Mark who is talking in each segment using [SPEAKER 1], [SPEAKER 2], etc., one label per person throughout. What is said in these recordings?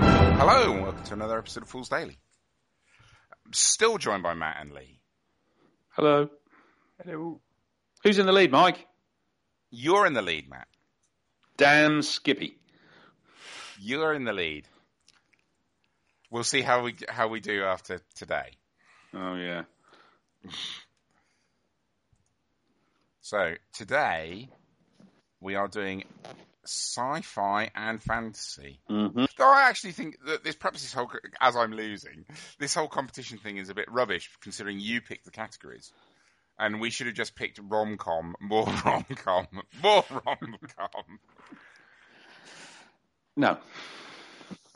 [SPEAKER 1] Hello and welcome to another episode of Fools Daily. I'm still joined by Matt and Lee.
[SPEAKER 2] Hello.
[SPEAKER 3] Hello.
[SPEAKER 2] Who's in the lead, Mike?
[SPEAKER 1] You're in the lead, Matt.
[SPEAKER 2] Damn Skippy.
[SPEAKER 1] You're in the lead. We'll see how we how we do after today.
[SPEAKER 2] Oh yeah.
[SPEAKER 1] So today we are doing sci-fi and fantasy.
[SPEAKER 2] Mm-hmm.
[SPEAKER 1] Though I actually think that this perhaps this whole as I'm losing this whole competition thing is a bit rubbish considering you picked the categories. And we should have just picked rom com, more rom com, more rom com.
[SPEAKER 2] No.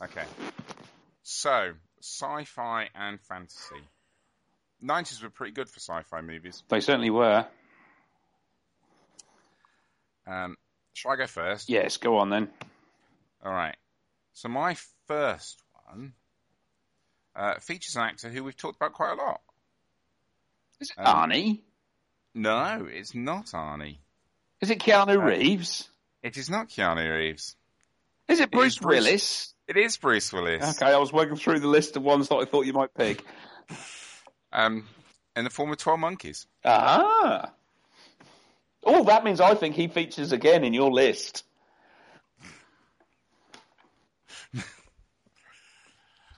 [SPEAKER 1] Okay. So, sci-fi and fantasy. 90s were pretty good for sci-fi movies.
[SPEAKER 2] They certainly were.
[SPEAKER 1] Um, shall I go first?
[SPEAKER 2] Yes, go on then.
[SPEAKER 1] All right. So my first one uh, features an actor who we've talked about quite a lot.
[SPEAKER 2] Is it
[SPEAKER 1] Um,
[SPEAKER 2] Arnie?
[SPEAKER 1] No, it's not Arnie.
[SPEAKER 2] Is it Keanu
[SPEAKER 1] uh,
[SPEAKER 2] Reeves?
[SPEAKER 1] It is not Keanu Reeves.
[SPEAKER 2] Is it Bruce
[SPEAKER 1] Bruce-
[SPEAKER 2] Willis?
[SPEAKER 1] It is Bruce Willis.
[SPEAKER 2] Okay, I was working through the list of ones that I thought you might pick.
[SPEAKER 1] Um, in the form of Twelve Monkeys.
[SPEAKER 2] Ah. Oh, that means I think he features again in your list.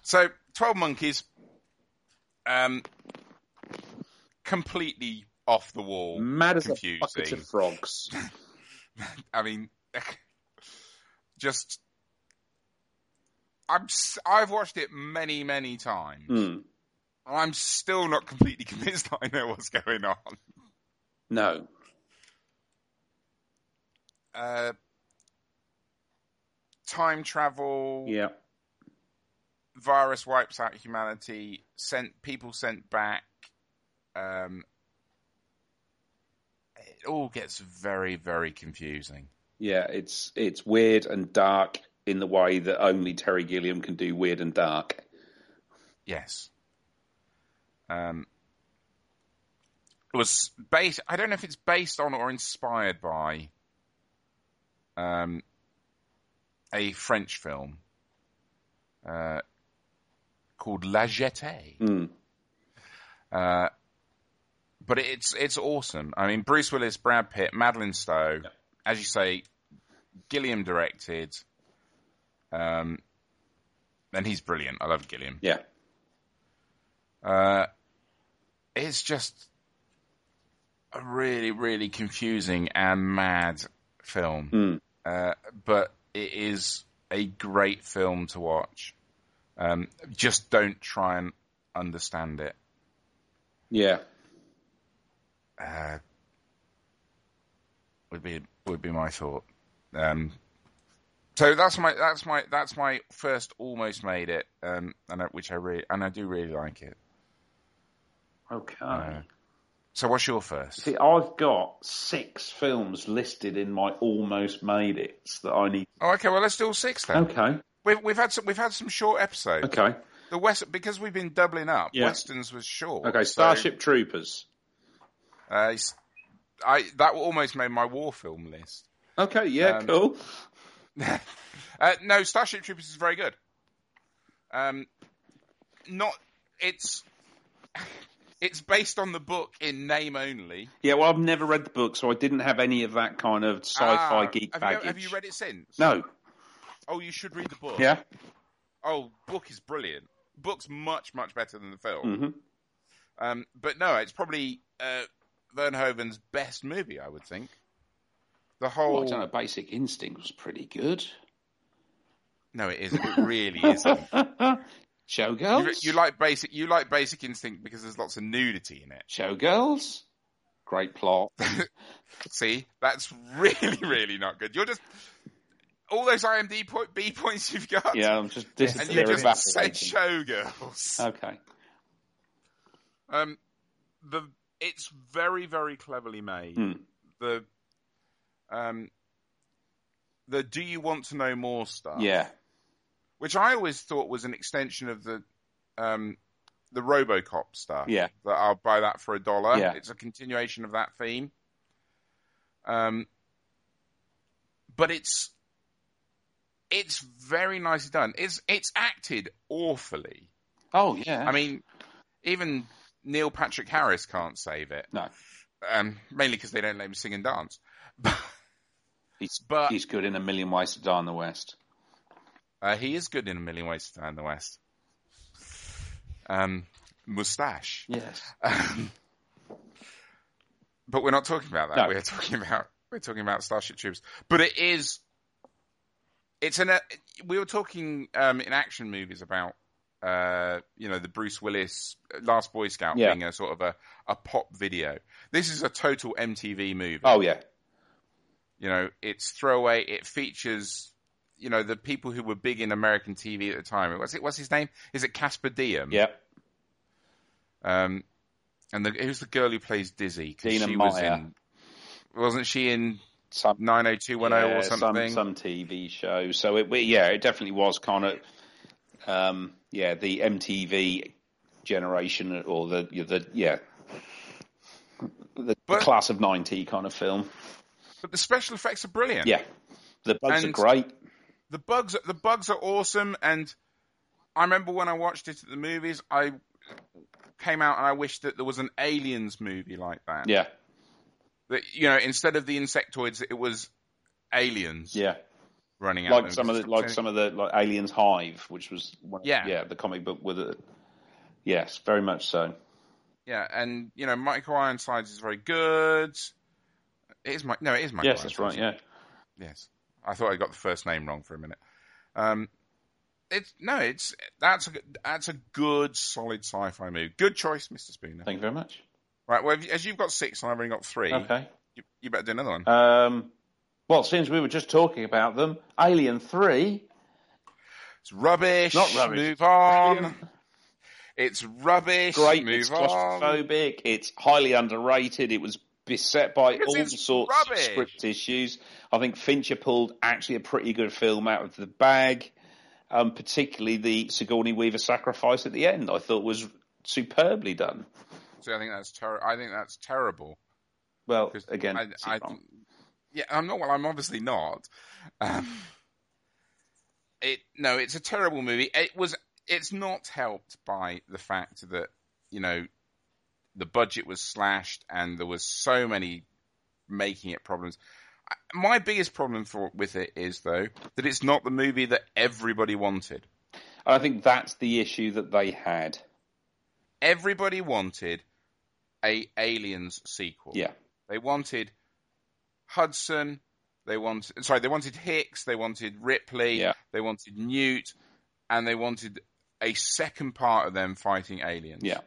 [SPEAKER 1] So Twelve Monkeys. Um, completely off the wall.
[SPEAKER 2] Mad as
[SPEAKER 1] Confusing.
[SPEAKER 2] a bucket of frogs.
[SPEAKER 1] I mean, just I'm s- I've watched it many many times.
[SPEAKER 2] Hmm.
[SPEAKER 1] I'm still not completely convinced that I know what's going on.
[SPEAKER 2] No.
[SPEAKER 1] Uh, time travel,
[SPEAKER 2] Yeah.
[SPEAKER 1] virus wipes out humanity, sent people sent back. Um, it all gets very very confusing.
[SPEAKER 2] Yeah, it's it's weird and dark in the way that only Terry Gilliam can do weird and dark.
[SPEAKER 1] Yes. Um, it was based. I don't know if it's based on or inspired by um, a French film uh, called La Jetée.
[SPEAKER 2] Mm.
[SPEAKER 1] Uh, but it's it's awesome. I mean, Bruce Willis, Brad Pitt, Madeline Stowe, as you say, Gilliam directed. Um, and he's brilliant. I love Gilliam.
[SPEAKER 2] Yeah.
[SPEAKER 1] Uh, it's just a really, really confusing and mad film.
[SPEAKER 2] Mm.
[SPEAKER 1] Uh, but it is a great film to watch. Um, just don't try and understand it.
[SPEAKER 2] Yeah.
[SPEAKER 1] Uh, would be would be my thought. Um, so that's my that's my that's my first almost made it, um, and I, which I really and I do really like it.
[SPEAKER 2] Okay.
[SPEAKER 1] Uh, so what's your first?
[SPEAKER 2] See, I've got six films listed in my almost made it's that I need.
[SPEAKER 1] Oh, okay. Well, let's do all six then.
[SPEAKER 2] Okay.
[SPEAKER 1] We've, we've had some, we've had some short episodes.
[SPEAKER 2] Okay.
[SPEAKER 1] The West because we've been doubling up.
[SPEAKER 2] Yeah.
[SPEAKER 1] Westerns was short.
[SPEAKER 2] Okay.
[SPEAKER 1] so,
[SPEAKER 2] Starship Troopers.
[SPEAKER 1] uh, it's- I that almost made my war film list.
[SPEAKER 2] Okay. Yeah.
[SPEAKER 1] Um,
[SPEAKER 2] cool.
[SPEAKER 1] Uh, no, Starship Troopers is very good. Um, not it's it's based on the book in name only.
[SPEAKER 2] Yeah. Well, I've never read the book, so I didn't have any of that kind of sci-fi
[SPEAKER 1] Ah,
[SPEAKER 2] geek
[SPEAKER 1] have
[SPEAKER 2] baggage.
[SPEAKER 1] You, have you read it since?
[SPEAKER 2] No.
[SPEAKER 1] Oh, you should read the book.
[SPEAKER 2] Yeah.
[SPEAKER 1] Oh, book is brilliant. Book's much much better than the film.
[SPEAKER 2] hmm
[SPEAKER 1] Um, but no, it's probably uh, Verhoeven's best movie, I would think. The
[SPEAKER 2] Oh,
[SPEAKER 1] whole
[SPEAKER 2] I don't know. Basic Instinct was pretty good.
[SPEAKER 1] no, it isn't. It really isn't. You,
[SPEAKER 2] Showgirls.
[SPEAKER 1] you like basic. You like Basic Instinct because there's lots of nudity in it.
[SPEAKER 2] Showgirls. Great plot.
[SPEAKER 1] See, that's really, really not good. You're just all those IMDb point, B points you've got.
[SPEAKER 2] Yeah, I'm just
[SPEAKER 1] and
[SPEAKER 2] disappearing.
[SPEAKER 1] you just said
[SPEAKER 2] evaporating.
[SPEAKER 1] showgirls.
[SPEAKER 2] Okay.
[SPEAKER 1] Um, the it's very very cleverly made.
[SPEAKER 2] Hmm.
[SPEAKER 1] The um, the do you want to know more stuff?
[SPEAKER 2] Yeah.
[SPEAKER 1] which I always thought was an extension of the um, the RoboCop stuff.
[SPEAKER 2] Yeah.
[SPEAKER 1] that I'll buy that for a dollar.
[SPEAKER 2] Yeah.
[SPEAKER 1] It's a continuation of that theme. Um, but it's it's very nicely done. It's it's acted awfully.
[SPEAKER 2] Oh yeah.
[SPEAKER 1] I mean, even Neil Patrick Harris can't save it.
[SPEAKER 2] no,
[SPEAKER 1] Um, mainly because they don't let him sing and dance.
[SPEAKER 2] he's
[SPEAKER 1] but-
[SPEAKER 2] he's good in a million ways to die in the West.
[SPEAKER 1] Uh, he is good in a million ways to die in the West. Um, mustache.
[SPEAKER 2] Yes.
[SPEAKER 1] Um, but we're not talking about that.
[SPEAKER 2] No.
[SPEAKER 1] We're talking about we're talking about Starship Troops. But it is it's an uh, we were talking um, in action movies about uh, you know the Bruce Willis uh, Last Boy Scout
[SPEAKER 2] Yeah.
[SPEAKER 1] being a sort of a, a pop video. This is a total MTV movie.
[SPEAKER 2] Oh yeah.
[SPEAKER 1] You know, it's throwaway. It features you know the people who were big in American TV at the time. What's it? What's his name? Is it Casper Diem?
[SPEAKER 2] Yeah.
[SPEAKER 1] Um, and the, who's the girl who plays Dizzy? 'Cause
[SPEAKER 2] Dina
[SPEAKER 1] she was
[SPEAKER 2] Meyer.
[SPEAKER 1] in, wasn't she in
[SPEAKER 2] Some
[SPEAKER 1] 90210
[SPEAKER 2] yeah,
[SPEAKER 1] or something?
[SPEAKER 2] Some, some TV show. So it yeah, it definitely was kind of um, yeah the MTV generation or the the yeah the
[SPEAKER 1] But-
[SPEAKER 2] class of ninety kind of film.
[SPEAKER 1] But the special effects are brilliant.
[SPEAKER 2] Yeah, the bugs
[SPEAKER 1] And-
[SPEAKER 2] are great.
[SPEAKER 1] The bugs, the bugs are awesome. And I remember when I watched it at the movies, I came out and I wished that there was an Aliens movie like that.
[SPEAKER 2] Yeah,
[SPEAKER 1] That you know, instead of the insectoids, it was aliens
[SPEAKER 2] yeah.
[SPEAKER 1] running out.
[SPEAKER 2] Like some of the like some of the like Aliens Hive, which was one of-
[SPEAKER 1] Yeah.
[SPEAKER 2] yeah the comic book with it. Yes, very much so.
[SPEAKER 1] yeah, and you know, Michael Ironsides is very good. It is my no, it is Michael.
[SPEAKER 2] yes, that's right.
[SPEAKER 1] Ironsides.
[SPEAKER 2] Yeah,
[SPEAKER 1] Yes, I thought I got the first name wrong for a minute. Um, it's no, it's that's a good- that's a good solid sci-fi movie. Good choice, Mister Spooner.
[SPEAKER 2] thank you very much.
[SPEAKER 1] Right, well, if you- as you've got six and I've only got three,
[SPEAKER 2] Okay.
[SPEAKER 1] you, you better do another one.
[SPEAKER 2] Um, well, since we were just talking about them, Alien Three.
[SPEAKER 1] It's rubbish.
[SPEAKER 2] not rubbish.
[SPEAKER 1] Move on. It's rubbish.
[SPEAKER 2] great.
[SPEAKER 1] Move
[SPEAKER 2] it's
[SPEAKER 1] on.
[SPEAKER 2] claustrophobic. It's highly underrated. It was beset by
[SPEAKER 1] Because
[SPEAKER 2] all
[SPEAKER 1] it's
[SPEAKER 2] sorts
[SPEAKER 1] rubbish.
[SPEAKER 2] of script issues. I think Fincher pulled actually a pretty good film out of the bag, um, particularly the Sigourney Weaver sacrifice at the end. I thought was superbly done.
[SPEAKER 1] So I think that's ter- I think that's terrible.
[SPEAKER 2] Well,
[SPEAKER 1] 'Cause
[SPEAKER 2] again,
[SPEAKER 1] I,
[SPEAKER 2] it's
[SPEAKER 1] I,
[SPEAKER 2] wrong.
[SPEAKER 1] yeah, I'm not. Well, I'm obviously not. Um, it no, it's a terrible movie. It was. It's not helped by the fact that you know the budget was slashed and there was so many making it problems. I- My biggest problem for with it is though that it's not the movie that everybody wanted.
[SPEAKER 2] And I think that's the issue that they had.
[SPEAKER 1] Everybody wanted a Aliens sequel.
[SPEAKER 2] Yeah,
[SPEAKER 1] They wanted Hudson. They wanted sorry. They wanted Hicks. They wanted Ripley.
[SPEAKER 2] Yeah.
[SPEAKER 1] They wanted Newt, and they wanted a second part of them fighting aliens.
[SPEAKER 2] yeah,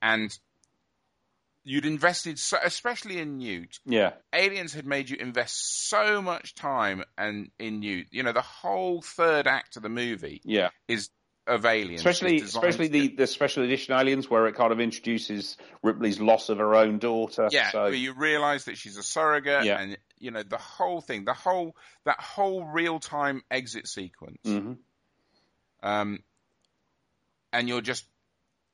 [SPEAKER 1] And you'd invested, so, especially in Newt.
[SPEAKER 2] yeah.
[SPEAKER 1] Aliens had made you invest so much time and in Newt. You know, the whole third act of the movie
[SPEAKER 2] Yeah,
[SPEAKER 1] is of aliens, is
[SPEAKER 2] especially
[SPEAKER 1] designed
[SPEAKER 2] especially
[SPEAKER 1] to-
[SPEAKER 2] the, the special edition aliens, where it kind of introduces Ripley's loss of her own daughter.
[SPEAKER 1] Yeah,
[SPEAKER 2] so,
[SPEAKER 1] where you realise that she's a surrogate,
[SPEAKER 2] Yeah.
[SPEAKER 1] and you know the whole thing, the whole that whole real time exit sequence,
[SPEAKER 2] Mhm.
[SPEAKER 1] um, and you're just,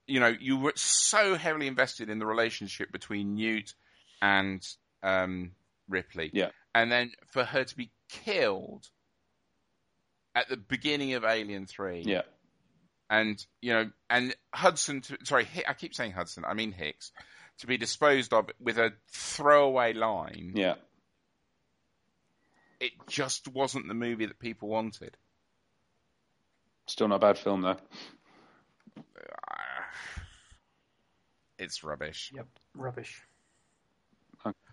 [SPEAKER 1] you know, you were so heavily invested in the relationship between Newt and um, Ripley,
[SPEAKER 2] Yeah.
[SPEAKER 1] and then for her to be killed at the beginning of Alien Three,
[SPEAKER 2] yeah.
[SPEAKER 1] and you know, and Hudson. To, sorry, Hi- I keep saying Hudson. I mean Hicks to be disposed of with a throwaway line.
[SPEAKER 2] Yeah,
[SPEAKER 1] It just wasn't the movie that people wanted.
[SPEAKER 2] still not a bad film though.
[SPEAKER 1] It's rubbish.
[SPEAKER 3] Yep, rubbish.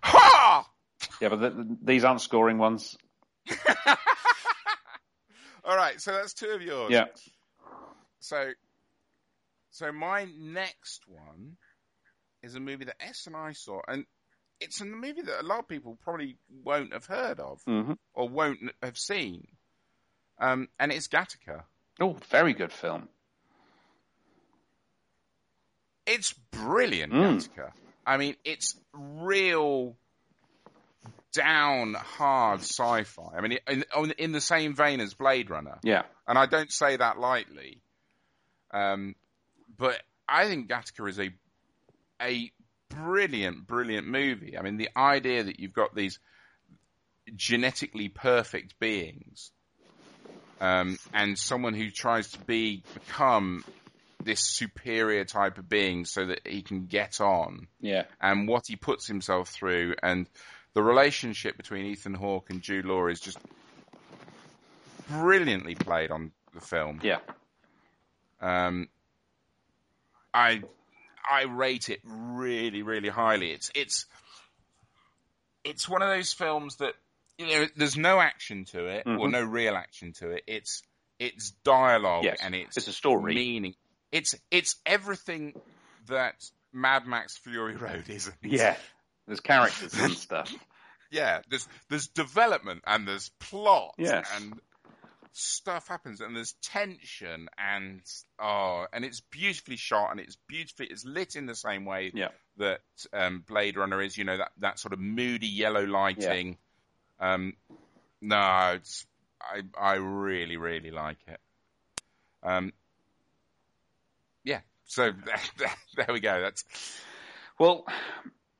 [SPEAKER 1] Ha!
[SPEAKER 2] Yeah, but th th these aren't scoring ones.
[SPEAKER 1] All right, so that's two of yours.
[SPEAKER 2] Yeah,
[SPEAKER 1] So, so my next one is a movie that S and I saw, and it's a movie that a lot of people probably won't have heard of
[SPEAKER 2] hmm
[SPEAKER 1] or won't have seen. Um, and it's Gattaca.
[SPEAKER 2] oh, very good film.
[SPEAKER 1] It's brilliant,
[SPEAKER 2] Mm.
[SPEAKER 1] Gattaca. I mean, it's real down hard sci-fi. I mean, it- in, on- in the same vein as Blade Runner,
[SPEAKER 2] Yeah,
[SPEAKER 1] and I don't say that lightly. Um, but I think Gattaca is a a brilliant, brilliant movie. I mean, the idea that you've got these genetically perfect beings um, and someone who tries to be become this superior type of being so that he can get on
[SPEAKER 2] Yeah.
[SPEAKER 1] and what he puts himself through and the relationship between Ethan Hawke and Jude Law is just brilliantly played on the film.
[SPEAKER 2] Yeah.
[SPEAKER 1] Um, I I rate it really really highly. It's it's it's one of those films that you know there's no action to it or
[SPEAKER 2] Mhm.
[SPEAKER 1] no real action to it. It's it's dialogue
[SPEAKER 2] Yes.
[SPEAKER 1] and it's
[SPEAKER 2] It's a story.
[SPEAKER 1] meaning. It's it's everything that Mad Max Fury Road is.
[SPEAKER 2] Yeah. There's characters and stuff.
[SPEAKER 1] Yeah, there's there's development and there's plot
[SPEAKER 2] Yes.
[SPEAKER 1] and stuff happens and there's tension and oh and it's beautifully shot and it's beautifully it's lit in the same way
[SPEAKER 2] Yeah.
[SPEAKER 1] that um, Blade Runner is, you know, that, that sort of moody yellow lighting. Um no, it's I I really, really like it. Um yeah, so there we go. That's
[SPEAKER 2] Well,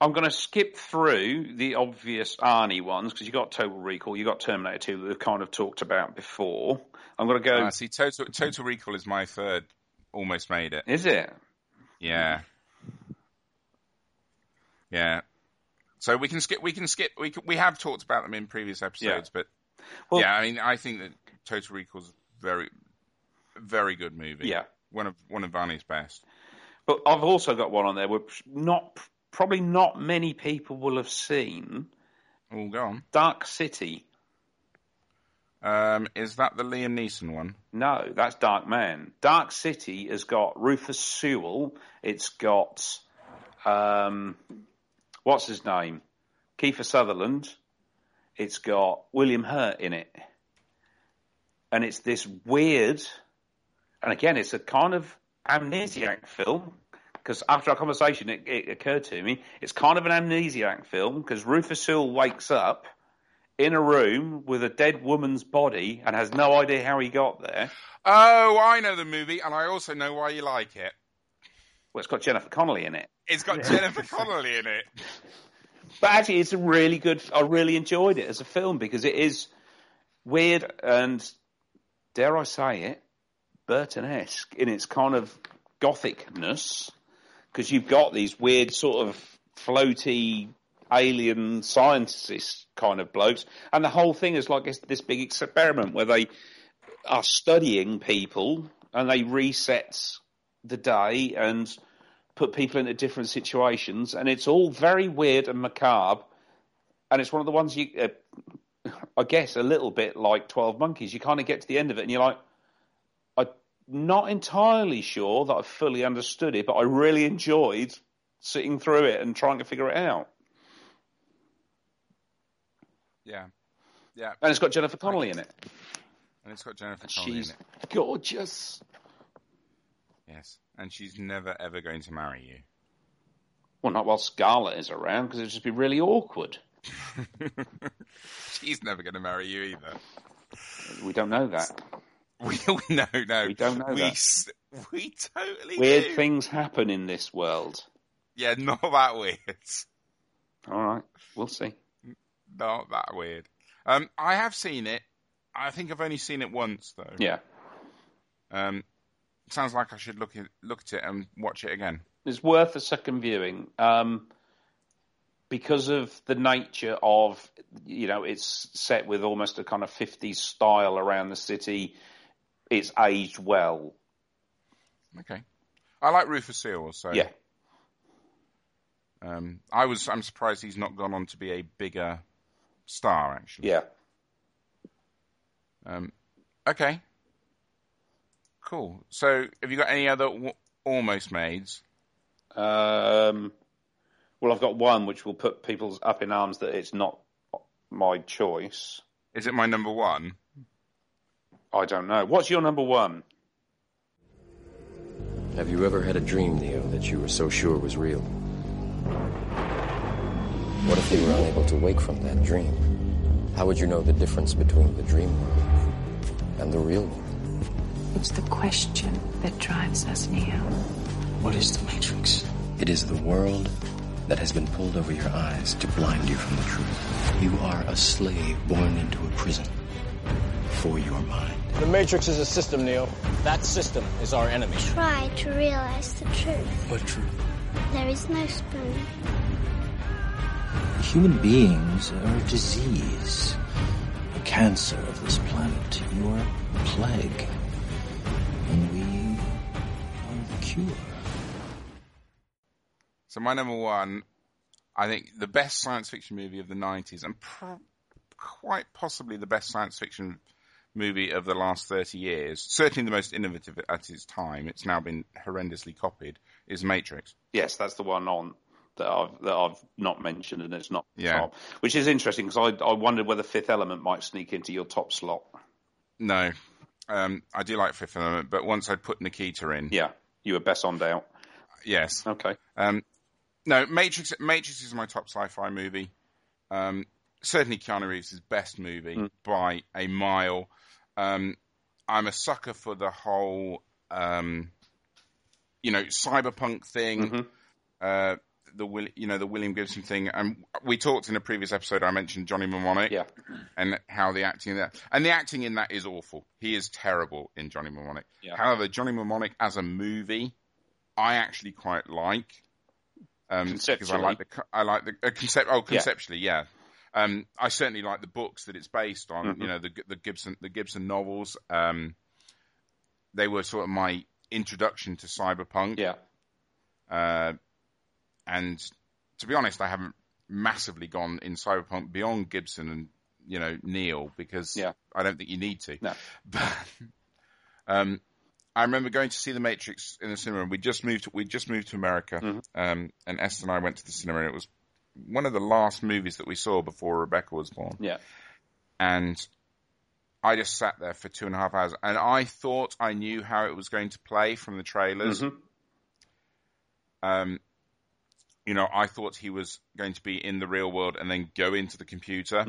[SPEAKER 2] I'm going to skip through the obvious Arnie ones because you got Total Recall, you got Terminator 2 that we've kind of talked about before. I'm going to go.
[SPEAKER 1] uh, see. Total Total Recall is my third. Almost made it.
[SPEAKER 2] Is it?
[SPEAKER 1] Yeah. Yeah. So we can skip. We can skip. We can, we have talked about them in previous episodes, but
[SPEAKER 2] Well-
[SPEAKER 1] yeah, I mean, I think that Total Recall's very, very good movie.
[SPEAKER 2] Yeah.
[SPEAKER 1] one of one of Barney's best.
[SPEAKER 2] But I've also got one on there which not probably not many people will have seen.
[SPEAKER 1] Oh, go on.
[SPEAKER 2] Dark City.
[SPEAKER 1] Um, is that the Liam Neeson one?
[SPEAKER 2] No, that's Dark Man. Dark City has got Rufus Sewell. It's got um, what's his name, Kiefer Sutherland. It's got William Hurt in it, and it's this weird, and again, it's a kind of amnesiac film. Because after our conversation, it, it occurred to me it's kind of an amnesiac film because Rufus Sewell wakes up in a room with a dead woman's body and has no idea how he got there.
[SPEAKER 1] Oh, I know the movie, and I also know why you like it.
[SPEAKER 2] Well, it's got Jennifer Connelly in it.
[SPEAKER 1] It's got Jennifer Connelly in it.
[SPEAKER 2] But actually, it's a really good. I really enjoyed it as a film because it is weird and, dare I say it, Burton-esque in its kind of gothicness. Because you've got these weird sort of floaty alien scientist kind of blokes, and the whole thing is like it's this big experiment where they are studying people and they reset the day and put people into different situations, and it's all very weird and macabre. And it's one of the ones you, uh, I guess, a little bit like Twelve Monkeys. You kind of get to the end of it, and you're like, I'm not entirely sure that I fully understood it, but I really enjoyed sitting through it and trying to figure it out.
[SPEAKER 1] Yeah, yeah,
[SPEAKER 2] And it's got Jennifer Connelly in it.
[SPEAKER 1] and it's got Jennifer Connelly
[SPEAKER 2] She's
[SPEAKER 1] in it.
[SPEAKER 2] gorgeous.
[SPEAKER 1] Yes, and she's never ever going to marry you.
[SPEAKER 2] Well, not while Scarlett is around, because it'd just be really awkward.
[SPEAKER 1] She's never going to marry you either.
[SPEAKER 2] We don't know that.
[SPEAKER 1] We, we no, no.
[SPEAKER 2] We don't know
[SPEAKER 1] we,
[SPEAKER 2] that.
[SPEAKER 1] s- We totally do.
[SPEAKER 2] Weird things happen in this world.
[SPEAKER 1] Yeah, not that weird.
[SPEAKER 2] All right, we'll see.
[SPEAKER 1] Not that weird. Um, I have seen it. I think I've only seen it once though.
[SPEAKER 2] Yeah.
[SPEAKER 1] Um, sounds like I should look at, look at it and watch it again.
[SPEAKER 2] it's worth a second viewing um, because of the nature of you know it's set with almost a kind of 50s style around the city it's aged well
[SPEAKER 1] Okay. I like Rufus Sewell, so
[SPEAKER 2] yeah
[SPEAKER 1] Um, I was. I'm surprised he's not gone on to be a bigger star. Actually.
[SPEAKER 2] yeah
[SPEAKER 1] Um, okay. Cool. So, have you got any other w- almost maids?
[SPEAKER 2] um, well i've got one which will put people up in arms that it's not my choice
[SPEAKER 1] Is it my number one?
[SPEAKER 2] i don't know what's your number one
[SPEAKER 3] Have you ever had a dream, Neo, that you were so sure was real? What if you were unable to wake from that dream? How would you know the difference between the dream world and the real world?
[SPEAKER 4] It's the question that drives us, Neo.
[SPEAKER 3] What is the Matrix? It is the world that has been pulled over your eyes to blind you from the truth. You are a slave born into a prison.
[SPEAKER 5] before your mind.
[SPEAKER 6] The Matrix is a system, Neo.
[SPEAKER 7] That system is our enemy.
[SPEAKER 8] Try to realize the truth.
[SPEAKER 5] What truth?
[SPEAKER 8] There is no spoon.
[SPEAKER 5] Human beings are a disease, a cancer of this planet. You are a plague, and we are the cure.
[SPEAKER 1] So my number one, I think the best science fiction movie of the '90s, and pro- quite possibly the best science fiction movie of the last 30 years. Certainly the most innovative at its time. It's now been horrendously copied. Is Matrix.
[SPEAKER 2] Yes, that's the one on that I've that I've not mentioned, and it's not
[SPEAKER 1] Yeah.
[SPEAKER 2] top. Which is interesting because I I wondered whether Fifth Element might sneak into your top slot.
[SPEAKER 1] No, um, I do like Fifth Element, but once I put Nikita in,
[SPEAKER 2] Yeah, you were best on doubt.
[SPEAKER 1] yes,
[SPEAKER 2] Okay,
[SPEAKER 1] Um, no, Matrix. Matrix is my top sci-fi movie. Um, certainly, Keanu Reeves' best movie by a mile. Um, I'm a sucker for the whole, um, you know, cyberpunk thing. Uh, the Will- you know the William Gibson thing, and we talked in a previous episode. I mentioned Johnny Mnemonic,
[SPEAKER 2] Yeah.
[SPEAKER 1] and how the acting in that, and the acting in that is awful. He is terrible in Johnny Mnemonic.
[SPEAKER 2] Yeah.
[SPEAKER 1] However, Johnny Mnemonic as a movie, I actually quite like. Um, because I
[SPEAKER 2] Conceptually.
[SPEAKER 1] like the co- I like the uh, concept. Oh,
[SPEAKER 2] Yeah.
[SPEAKER 1] conceptually, yeah. Um, I certainly like the books that it's based on.
[SPEAKER 2] Mm-hmm.
[SPEAKER 1] You know, the the Gibson the Gibson novels. Um, they were sort of my introduction to cyberpunk.
[SPEAKER 2] yeah,
[SPEAKER 1] Uh, and to be honest, I haven't massively gone in cyberpunk beyond Gibson and you know Neil because
[SPEAKER 2] Yeah.
[SPEAKER 1] I don't think you need to.
[SPEAKER 2] No.
[SPEAKER 1] But um, I remember going to see The Matrix in the cinema. and We just moved. To, we just moved to America,
[SPEAKER 2] Mm-hmm.
[SPEAKER 1] um, and Esther and I went to the cinema, and it was one of the last movies that we saw before Rebecca was born
[SPEAKER 2] yeah,
[SPEAKER 1] and I just sat there for two and a half hours, and I thought I knew how it was going to play from the trailers. Um, you know, I thought he was going to be in the real world and then go into the computer,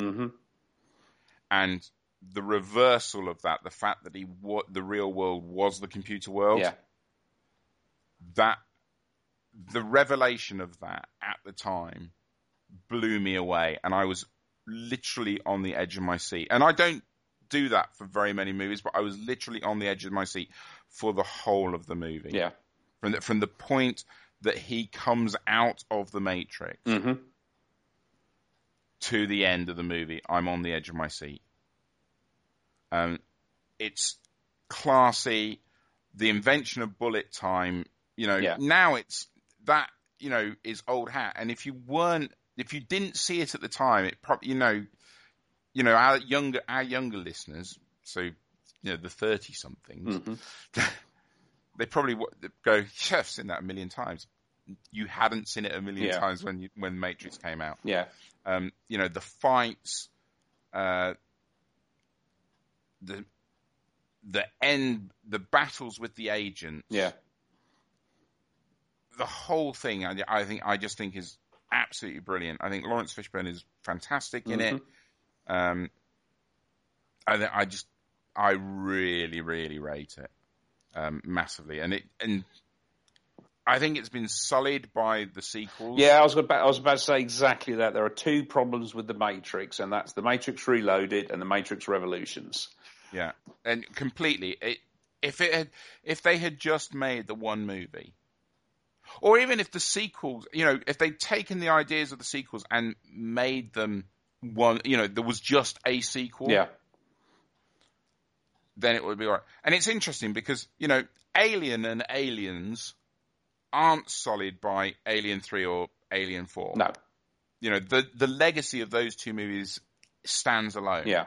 [SPEAKER 1] and the reversal of that, the fact that he wa- the real world was the computer world,
[SPEAKER 2] yeah,
[SPEAKER 1] that the revelation of that at the time blew me away and I was literally on the edge of my seat. And I don't do that for very many movies, but I was literally on the edge of my seat for the whole of the movie.
[SPEAKER 2] yeah.
[SPEAKER 1] From the, from the point that he comes out of the matrix
[SPEAKER 2] Mhm.
[SPEAKER 1] to the end of the movie, I'm on the edge of my seat. Um, it's classy. The invention of bullet time, you know,
[SPEAKER 2] Yeah.
[SPEAKER 1] now it's that, you know, is old hat. And if you weren't, if you didn't see it at the time, it probably, you know, you know, our younger, our younger listeners, so, you know, the 30 somethings, they probably w- go, yeah, I've seen that a million times. You hadn't seen it a million
[SPEAKER 2] Yeah.
[SPEAKER 1] times when you, when Matrix came out
[SPEAKER 2] Yeah,
[SPEAKER 1] um, you know the fights, uh, the the end, the battles with the agent,
[SPEAKER 2] yeah,
[SPEAKER 1] the whole thing. I, I think I just think is absolutely brilliant. I think Lawrence Fishburne is fantastic in it. Um, I thi- I just I really really rate it um, massively, and it and I think it's been sullied by the sequels.
[SPEAKER 2] yeah. I was about I was about to say exactly that. There are two problems with the Matrix, and that's the Matrix Reloaded and the Matrix Revolutions.
[SPEAKER 1] Yeah, and completely. It, if it had, if they had just made the one movie, or even if the sequels, you know, if they'd taken the ideas of the sequels and made them one, you know, there was just a sequel,
[SPEAKER 2] Yeah,
[SPEAKER 1] then it would be all right. And it's interesting because you know, Alien and Aliens aren't solid by Alien Three or Alien Four.
[SPEAKER 2] no,
[SPEAKER 1] You know, the the legacy of those two movies stands alone.
[SPEAKER 2] yeah,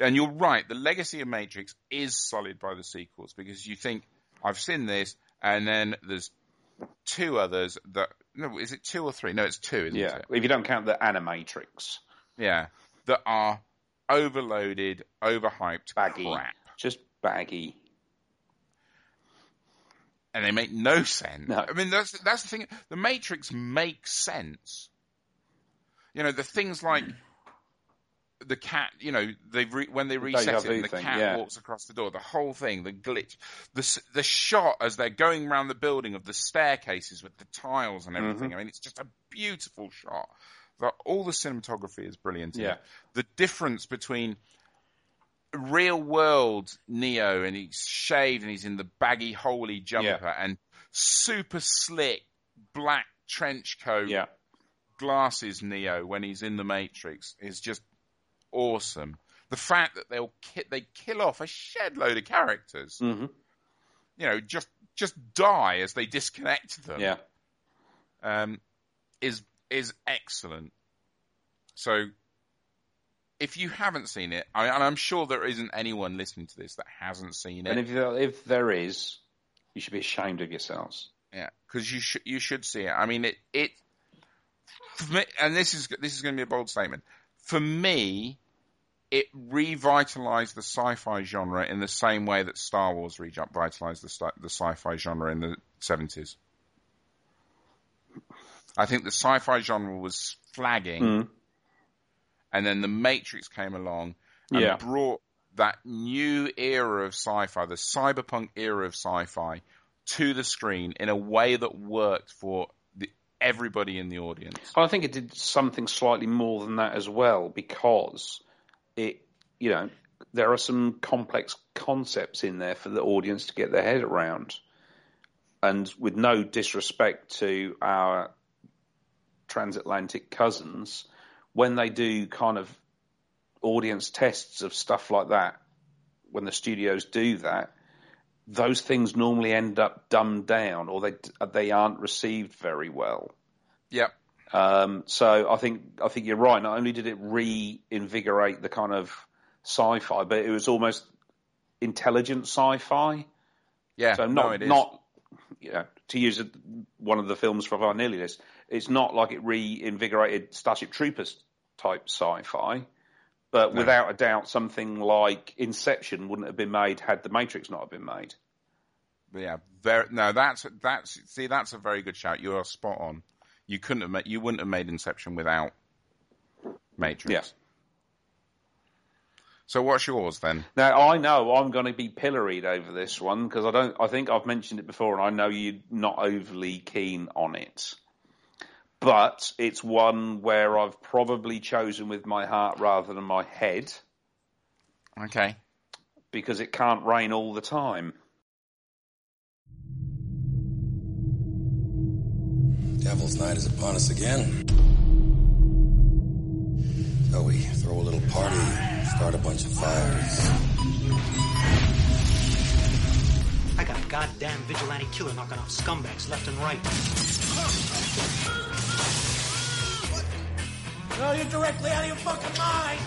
[SPEAKER 1] and you're right. The legacy of Matrix is solid by the sequels because you think I've seen this, and then there's two others that no, is it two or three? No, it's two, isn't
[SPEAKER 2] yeah.
[SPEAKER 1] it?
[SPEAKER 2] If you don't count the Animatrix,
[SPEAKER 1] Yeah, that are overloaded, overhyped,
[SPEAKER 2] baggy,
[SPEAKER 1] crap,
[SPEAKER 2] just baggy.
[SPEAKER 1] and they make no sense.
[SPEAKER 2] No.
[SPEAKER 1] I mean, that's that's the thing. The Matrix makes sense. You know, the things like. The cat, you know, they've re- when they reset it,
[SPEAKER 2] vu
[SPEAKER 1] and the
[SPEAKER 2] thing,
[SPEAKER 1] cat
[SPEAKER 2] yeah.
[SPEAKER 1] walks across the door. The whole thing, the glitch, the s- the shot as they're going around the building of the staircases with the tiles and everything.
[SPEAKER 2] Mm-hmm.
[SPEAKER 1] I mean, it's just a beautiful shot. The, all the cinematography is brilliant. in
[SPEAKER 2] Yeah.
[SPEAKER 1] it. the difference between real world Neo, and he's shaved and he's in the baggy holy jumper and super slick black trench coat,
[SPEAKER 2] Yeah.
[SPEAKER 1] glasses Neo when he's in the Matrix is just awesome. The fact that they'll ki- they kill off a shed load of characters,
[SPEAKER 2] Mm-hmm.
[SPEAKER 1] you know, just just die as they disconnect them
[SPEAKER 2] Yeah.
[SPEAKER 1] um, is is excellent. So, if you haven't seen it, I, and I'm sure there isn't anyone listening to this that hasn't seen
[SPEAKER 2] And
[SPEAKER 1] it,
[SPEAKER 2] if there, if there is, you should be ashamed of yourselves.
[SPEAKER 1] yeah, because you should you should see it. I mean, it it, for me, and this is this is going to be a bold statement. For me, it revitalized the sci-fi genre in the same way that Star Wars revitalized the sci- the sci-fi genre in the seventies. I think the sci-fi genre was flagging, and then the Matrix came along and
[SPEAKER 2] Yeah.
[SPEAKER 1] brought that new era of sci-fi, the cyberpunk era of sci-fi, to the screen in a way that worked for the, everybody in the audience.
[SPEAKER 2] I think it did something slightly more than that as well because it, you know, there are some complex concepts in there for the audience to get their head around. And with no disrespect to our transatlantic cousins, when they do kind of audience tests of stuff like that, when the studios do that, those things normally end up dumbed down or they they aren't received very well.
[SPEAKER 1] Yep.
[SPEAKER 2] Um, so I think I think you're right. Not only did it reinvigorate the kind of sci-fi, but it was almost intelligent sci-fi.
[SPEAKER 1] Yeah.
[SPEAKER 2] So
[SPEAKER 1] no,
[SPEAKER 2] not
[SPEAKER 1] it is.
[SPEAKER 2] not you know, to use a, one of the films from our nearly list. It's not like it reinvigorated Starship Troopers type sci-fi, but without a doubt, something like Inception wouldn't have been made had The Matrix not have been made.
[SPEAKER 1] Yeah, very, no, that's that's see, that's a very good shout. You are spot on. You couldn't have made, you wouldn't have made Inception without Matrix.
[SPEAKER 2] Yeah.
[SPEAKER 1] So what's yours then?
[SPEAKER 2] Now I know I'm going to be pilloried over this one because I don't. I think I've mentioned it before, and I know you're not overly keen on it. But it's one where I've probably chosen with my heart rather than my head
[SPEAKER 1] Okay.
[SPEAKER 2] because it can't rain all the time.
[SPEAKER 9] Devil's Night is upon us again. So we throw a little party, start a bunch of fires.
[SPEAKER 10] I got a goddamn vigilante killer knocking off scumbags left and right.
[SPEAKER 9] No, you're directly out of your fucking mind!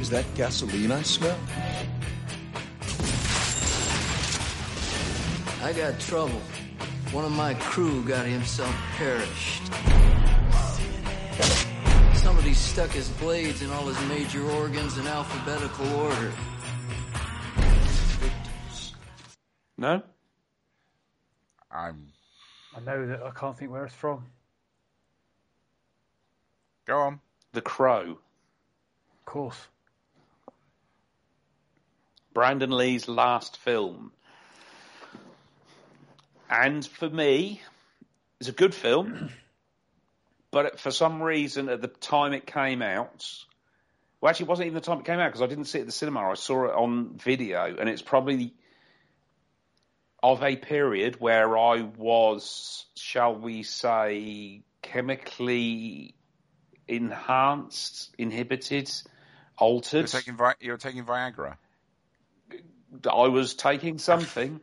[SPEAKER 5] Is that gasoline I smell?
[SPEAKER 10] I got trouble. One of my crew got himself perished. Somebody stuck his blades in all his major organs in alphabetical order.
[SPEAKER 2] No,
[SPEAKER 1] I'm
[SPEAKER 11] I know that I can't think where it's from.
[SPEAKER 1] go on.
[SPEAKER 2] The Crow,
[SPEAKER 11] Of course.
[SPEAKER 2] Brandon Lee's last film, and for me, it's a good film. But for some reason, at the time it came out, Well, actually, it wasn't even the time it came out because I didn't see it at the cinema. I saw it on video, and it's probably of a period where I was, shall we say, chemically enhanced, inhibited,
[SPEAKER 1] You're
[SPEAKER 2] altered.
[SPEAKER 1] taking Vi- you're taking Viagra.
[SPEAKER 2] I was taking something.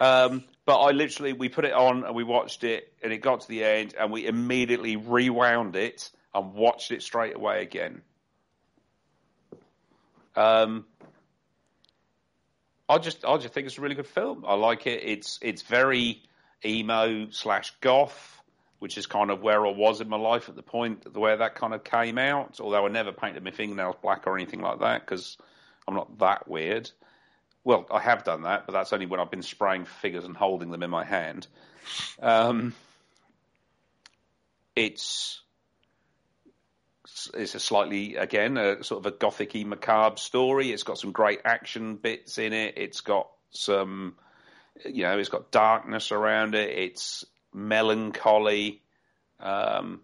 [SPEAKER 2] Um, but I literally, we put it on and we watched it, and it got to the end, and we immediately rewound it and watched it straight away again. Um, I just, I just think it's a really good film. I like it. It's, it's very emo slash goth, which is kind of where I was in my life at the point where that kind of came out. Although I never painted my fingernails black or anything like that because I'm not that weird. Well, I have done that, but that's only when I've been spraying figures and holding them in my hand. Um, it's it's a slightly again a sort of a gothicy macabre story. It's got some great action bits in it. It's got some you know it's got darkness around it. It's melancholy. Um,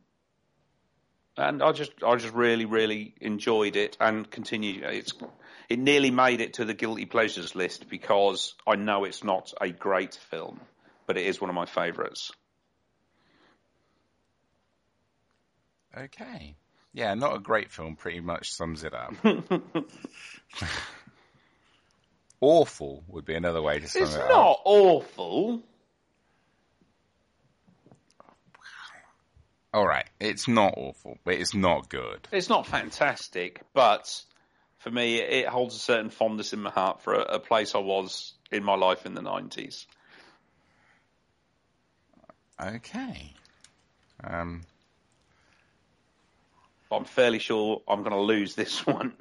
[SPEAKER 2] and I just I just really really enjoyed it and continue. It's It nearly made it to the guilty pleasures list because I know it's not a great film, but it is one of my favourites.
[SPEAKER 1] Okay. Yeah, not a great film. Pretty much sums it up. awful would be another way to sum
[SPEAKER 2] It's
[SPEAKER 1] it
[SPEAKER 2] not
[SPEAKER 1] up.
[SPEAKER 2] awful.
[SPEAKER 1] All right, it's not awful, but it's not good.
[SPEAKER 2] It's not fantastic, but for me, it holds a certain fondness in my heart for a, a place I was in my life in the 90s.
[SPEAKER 1] Okay. Um,
[SPEAKER 2] But I'm fairly sure I'm going to lose this one.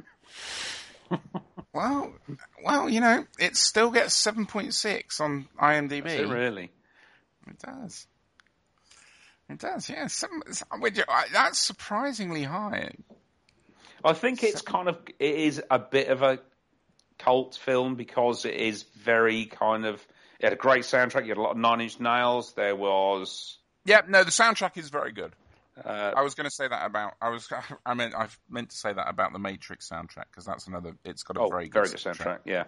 [SPEAKER 1] well, well, you know, it still gets seven point six on IMDb.
[SPEAKER 2] Is it really?
[SPEAKER 1] It does. It does, yeah. Some, some, which, I- that's surprisingly high.
[SPEAKER 2] I think it's kind of it is a bit of a cult film because it is very kind of it had a great soundtrack. You had a lot of Nine Inch Nails. There was
[SPEAKER 1] Yep, no, the soundtrack is very good.
[SPEAKER 2] uh,
[SPEAKER 1] I was going to say that about. I was. I meant. I meant to say that about the Matrix soundtrack because that's another. It's got a
[SPEAKER 2] oh,
[SPEAKER 1] very good,
[SPEAKER 2] soundtrack. Yeah,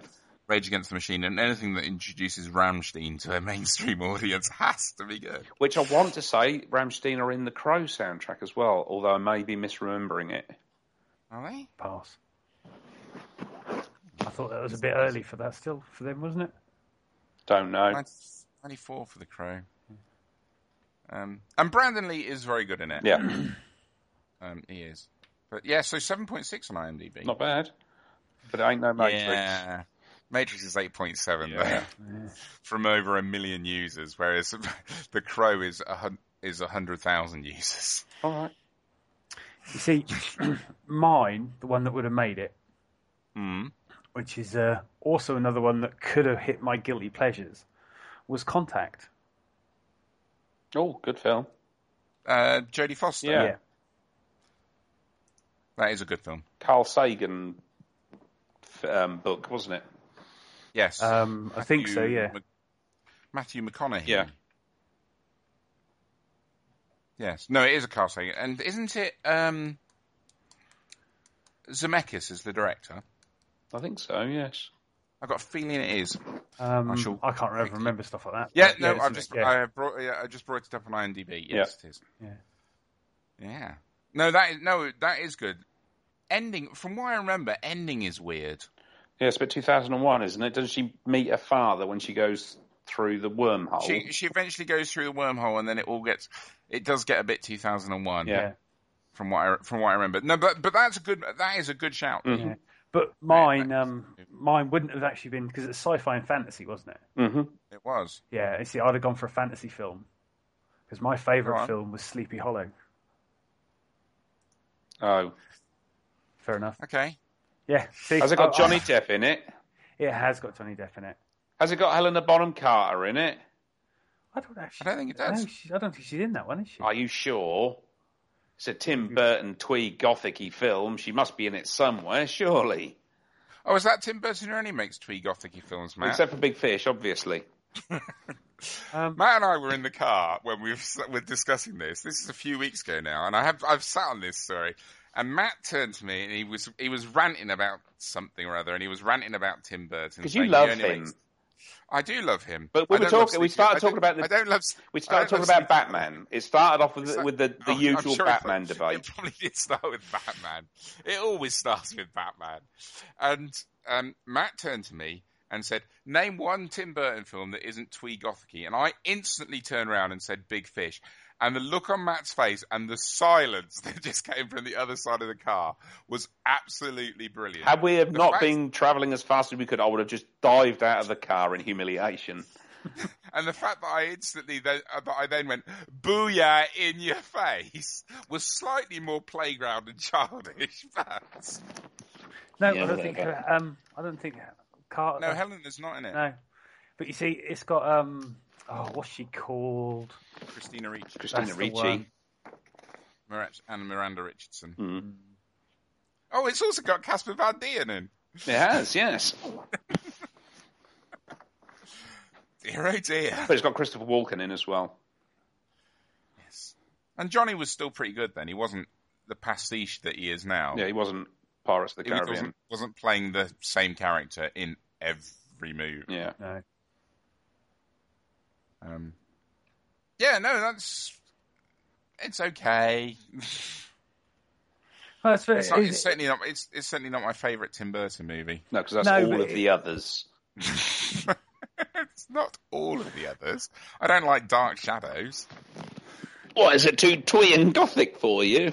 [SPEAKER 1] Rage Against the Machine and anything that introduces Ramstein to a mainstream audience has to be good.
[SPEAKER 2] which I want to say Ramstein are in the Crow soundtrack as well, although I may be misremembering it.
[SPEAKER 1] Are they?
[SPEAKER 11] Pass. I thought that was a bit early for that still, for them, wasn't it?
[SPEAKER 2] Don't know.
[SPEAKER 1] 90 Ninety-four for the Crow. Um, and Brandon Lee is very good in it.
[SPEAKER 2] Yeah,
[SPEAKER 1] um, he is. But yeah, so seven point six on IMDb.
[SPEAKER 2] not bad. But it ain't no Matrix.
[SPEAKER 1] Yeah. Matrix is 8.7 though. from over a million users, whereas The Crow is a hun- is a hundred thousand users.
[SPEAKER 2] All right.
[SPEAKER 11] You see, mine, the one that would have made it,
[SPEAKER 1] Mm.
[SPEAKER 11] which is uh, also another one that could have hit my guilty pleasures, was Contact.
[SPEAKER 2] Oh, good film.
[SPEAKER 1] Uh, Jodie Foster.
[SPEAKER 2] Yeah.
[SPEAKER 1] that is a good film.
[SPEAKER 2] Carl Sagan f- um, book, wasn't it?
[SPEAKER 1] Yes,
[SPEAKER 11] Um, I think so,
[SPEAKER 1] Matthew
[SPEAKER 11] yeah.
[SPEAKER 1] Mc- Matthew McConaughey.
[SPEAKER 2] Yeah.
[SPEAKER 1] Yes, no, it is a Carl Sagan, and isn't it? Um, Zemeckis is the director.
[SPEAKER 2] I think so. Yes.
[SPEAKER 1] I've got a feeling it is.
[SPEAKER 11] Um,
[SPEAKER 1] I
[SPEAKER 11] I,
[SPEAKER 1] shall-
[SPEAKER 11] can't remember, remember stuff like that.
[SPEAKER 1] Yeah,
[SPEAKER 11] But
[SPEAKER 1] no,
[SPEAKER 11] it's
[SPEAKER 1] I've
[SPEAKER 11] in
[SPEAKER 1] just
[SPEAKER 11] it, yeah.
[SPEAKER 1] I brought yeah, I just brought it up on IMDb. Yes, it is.
[SPEAKER 11] Yeah.
[SPEAKER 1] Yeah. No, that is, no, that is good. Ending, from what I remember, ending is weird.
[SPEAKER 2] Yes, but 2001, isn't it? Doesn't she meet her father when she goes through the wormhole?
[SPEAKER 11] Oh.
[SPEAKER 1] She she eventually goes through the wormhole, and then it all gets it does get a bit 2001.
[SPEAKER 2] Yeah.
[SPEAKER 1] From what I from what I remember. No, but but that's a good that is a good shout.
[SPEAKER 11] Yeah. But mine, um, mine wouldn't have actually been because it's sci-fi and fantasy, wasn't it?
[SPEAKER 2] hmm
[SPEAKER 1] It was.
[SPEAKER 11] Yeah, you see, I'd have gone for a fantasy film because
[SPEAKER 1] Go
[SPEAKER 11] my favourite
[SPEAKER 1] on.
[SPEAKER 11] film was Sleepy Hollow.
[SPEAKER 2] Oh,
[SPEAKER 11] Fair enough.
[SPEAKER 1] Okay.
[SPEAKER 11] Yeah, see,
[SPEAKER 2] has it got
[SPEAKER 1] oh,
[SPEAKER 11] I-
[SPEAKER 2] Johnny
[SPEAKER 11] I-
[SPEAKER 2] Depp in it?
[SPEAKER 11] it has got Johnny Depp in it.
[SPEAKER 2] Has it got Helena Bonham Carter in it?
[SPEAKER 11] I don't actually.
[SPEAKER 1] I don't think it does.
[SPEAKER 11] No, she, I don't think she's in that one, is she?
[SPEAKER 1] Hmm.
[SPEAKER 2] Are you sure? It's a Tim Burton twee gothicy film. She must be in it somewhere, surely.
[SPEAKER 1] Oh, is that Tim Burton who only makes twee gothicy films, Matt?
[SPEAKER 2] Except for Big Fish, obviously.
[SPEAKER 11] um,
[SPEAKER 1] Matt and I were in the car when we were, were discussing this. This is a few weeks ago now, and I have I've sat on this story. And Matt turned to me, and he was he was ranting about something or other, and he was ranting about Tim Burton.
[SPEAKER 2] Because you
[SPEAKER 1] saying he
[SPEAKER 2] love
[SPEAKER 1] only
[SPEAKER 2] him.
[SPEAKER 1] makes- I do love him,
[SPEAKER 2] But we
[SPEAKER 1] I
[SPEAKER 2] were
[SPEAKER 1] don't love
[SPEAKER 2] talking- we
[SPEAKER 1] Sleepy-
[SPEAKER 2] started
[SPEAKER 1] I
[SPEAKER 2] talking
[SPEAKER 1] don't-
[SPEAKER 2] about the-
[SPEAKER 1] I don't love.
[SPEAKER 2] We
[SPEAKER 1] I
[SPEAKER 2] started
[SPEAKER 1] don't
[SPEAKER 2] talking
[SPEAKER 1] love
[SPEAKER 2] about
[SPEAKER 1] Sleepy-
[SPEAKER 2] Batman. It started off with, the with the, the
[SPEAKER 1] Oh, I'm
[SPEAKER 2] usual
[SPEAKER 1] sure it
[SPEAKER 2] Batman
[SPEAKER 1] prob-
[SPEAKER 2] debate.
[SPEAKER 1] It probably did start with Batman. It always starts with Batman. And um, Matt turned to me and said, "Name one Tim Burton film that isn't twee gothicy." And I instantly turned around and said, "Big Fish." And the look on Matt's face and the silence that just came from the other side of the car was absolutely brilliant.
[SPEAKER 2] Had we have
[SPEAKER 1] The
[SPEAKER 2] not
[SPEAKER 1] fact-
[SPEAKER 2] been travelling as fast as we could, I would have just dived out of the car in humiliation.
[SPEAKER 1] And the fact that I instantly then, uh, that I then went booyah in your face was slightly more playground and childish, but
[SPEAKER 11] no,
[SPEAKER 7] Yeah,
[SPEAKER 11] I don't
[SPEAKER 7] there
[SPEAKER 11] think.
[SPEAKER 7] you go.
[SPEAKER 11] Um, I don't think. Car-
[SPEAKER 1] no,
[SPEAKER 11] uh,
[SPEAKER 1] Helena's not in it.
[SPEAKER 11] no. But you see, it's got um, oh, what's she called?
[SPEAKER 1] Christina Ricci,
[SPEAKER 2] Christina
[SPEAKER 11] That's the
[SPEAKER 2] Ricci.
[SPEAKER 11] one.
[SPEAKER 1] Mir- and Miranda Richardson.
[SPEAKER 2] Mm.
[SPEAKER 1] Oh, it's also got Casper Van Dien in.
[SPEAKER 2] It has, yes.
[SPEAKER 1] Dear oh dear.
[SPEAKER 2] But it's got Christopher Walken in as well.
[SPEAKER 1] And Johnny was still pretty good then. He wasn't the pastiche that he is now.
[SPEAKER 2] Yeah, he wasn't Pirates of the
[SPEAKER 1] He
[SPEAKER 2] Caribbean.
[SPEAKER 1] wasn't, wasn't playing the same character in every movie.
[SPEAKER 2] Yeah.
[SPEAKER 11] No.
[SPEAKER 1] Um, yeah, no, that's it's okay.
[SPEAKER 11] Well, that's very,
[SPEAKER 1] It's, not,
[SPEAKER 11] it-
[SPEAKER 1] it's certainly not. It's it's certainly not my favourite Tim Burton movie.
[SPEAKER 2] No, because that's
[SPEAKER 11] No,
[SPEAKER 2] all
[SPEAKER 11] but
[SPEAKER 2] of
[SPEAKER 11] it-
[SPEAKER 2] the others.
[SPEAKER 1] it's not all of the others. I don't like Dark Shadows.
[SPEAKER 2] What is it too twee and gothic for you?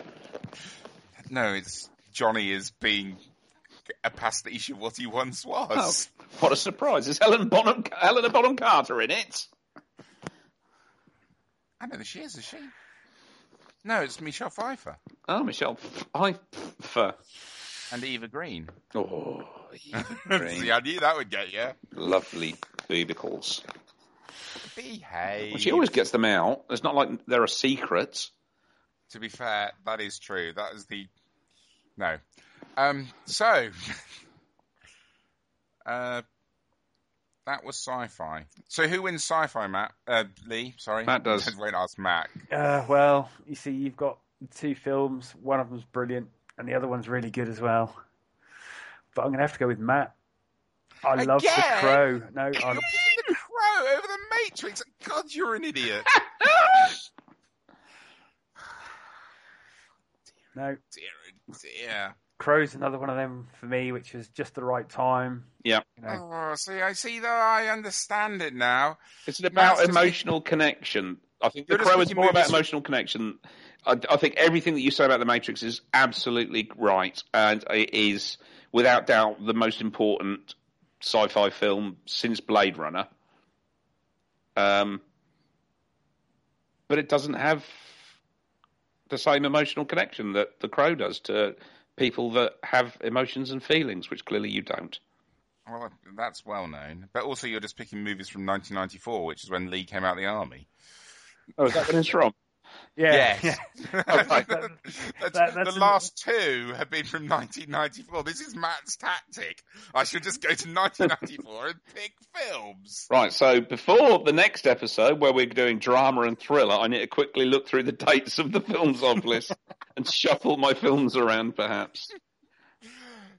[SPEAKER 1] No, it's Johnny is being a pastiche of what he once
[SPEAKER 2] Oh,
[SPEAKER 1] was.
[SPEAKER 2] what a surprise! Is Helen Bonham Helena Bonham Carter in it?
[SPEAKER 1] I know that she is, is she? No, it's Michelle Pfeiffer
[SPEAKER 2] Oh, Michelle Pfeiffer.
[SPEAKER 1] and Eva Green.
[SPEAKER 2] Oh, yeah,
[SPEAKER 1] See, I knew that would get you.
[SPEAKER 2] lovely bubicles.
[SPEAKER 1] Behave.
[SPEAKER 2] Well, she always gets them out. It's not like there are secrets.
[SPEAKER 1] To be fair, that is true. That is the no. Um, so uh, that was sci-fi. So who wins sci-fi, Matt? Uh, Lee, sorry,
[SPEAKER 2] Matt does. Um,
[SPEAKER 1] Wait, ask Matt.
[SPEAKER 11] Uh, well, you see, you've got two films. One of them's brilliant, and the other one's really good as well. But I'm going to have to go with Matt. I love The
[SPEAKER 1] Again?
[SPEAKER 11] Crow. No,
[SPEAKER 1] You're
[SPEAKER 11] I,
[SPEAKER 1] picking the crow over the Matrix. God, you're an idiot.
[SPEAKER 11] no.
[SPEAKER 1] dear, oh dear.
[SPEAKER 11] Crow's another one of them for me, which was just the right time.
[SPEAKER 2] Yeah.
[SPEAKER 11] You know,
[SPEAKER 1] Oh, see, I see that. I understand it now.
[SPEAKER 2] It's about
[SPEAKER 1] Matt's just-
[SPEAKER 2] emotional connection. I think The
[SPEAKER 1] You're just
[SPEAKER 2] Crow is
[SPEAKER 1] making
[SPEAKER 2] more about
[SPEAKER 1] movies-
[SPEAKER 2] emotional connection. I, I think everything that you say about The Matrix is absolutely right, and it is without doubt the most important sci-fi film since Blade Runner. Um, but it doesn't have the same emotional connection that The Crow does to people that have emotions and feelings, which clearly you don't.
[SPEAKER 1] Well, that's well known. But also, you're just picking movies from 1994, which is when Lee came out of the army.
[SPEAKER 2] Oh, is that what it's from?
[SPEAKER 11] yeah.
[SPEAKER 1] Yes.
[SPEAKER 11] yeah.
[SPEAKER 2] right.
[SPEAKER 1] That's-
[SPEAKER 11] That- that's
[SPEAKER 1] the
[SPEAKER 11] an-
[SPEAKER 1] last two have been from 1994. This is Matt's tactic. I should just go to 1994 and pick films.
[SPEAKER 2] Right, so before the next episode where we're doing drama and thriller, I need to quickly look through the dates of the films on list and shuffle my films around, perhaps.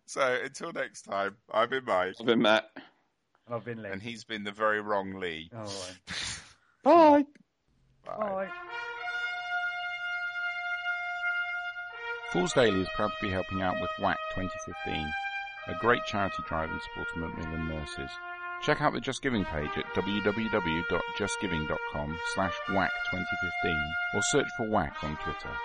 [SPEAKER 1] So until next time, I've been Mike,
[SPEAKER 2] I've been Matt.
[SPEAKER 11] And I've been late.
[SPEAKER 1] and he's been the very wrong Lee.
[SPEAKER 11] Oh, right.
[SPEAKER 2] Bye.
[SPEAKER 1] Bye.
[SPEAKER 11] Bye.
[SPEAKER 1] Fools Daily is proud to be helping out with WAC 2015, a great charity drive in support of Macmillan Nurses. Check out the Just Giving page at www.justgiving.com slash WAC 2015 or search for WAC on Twitter.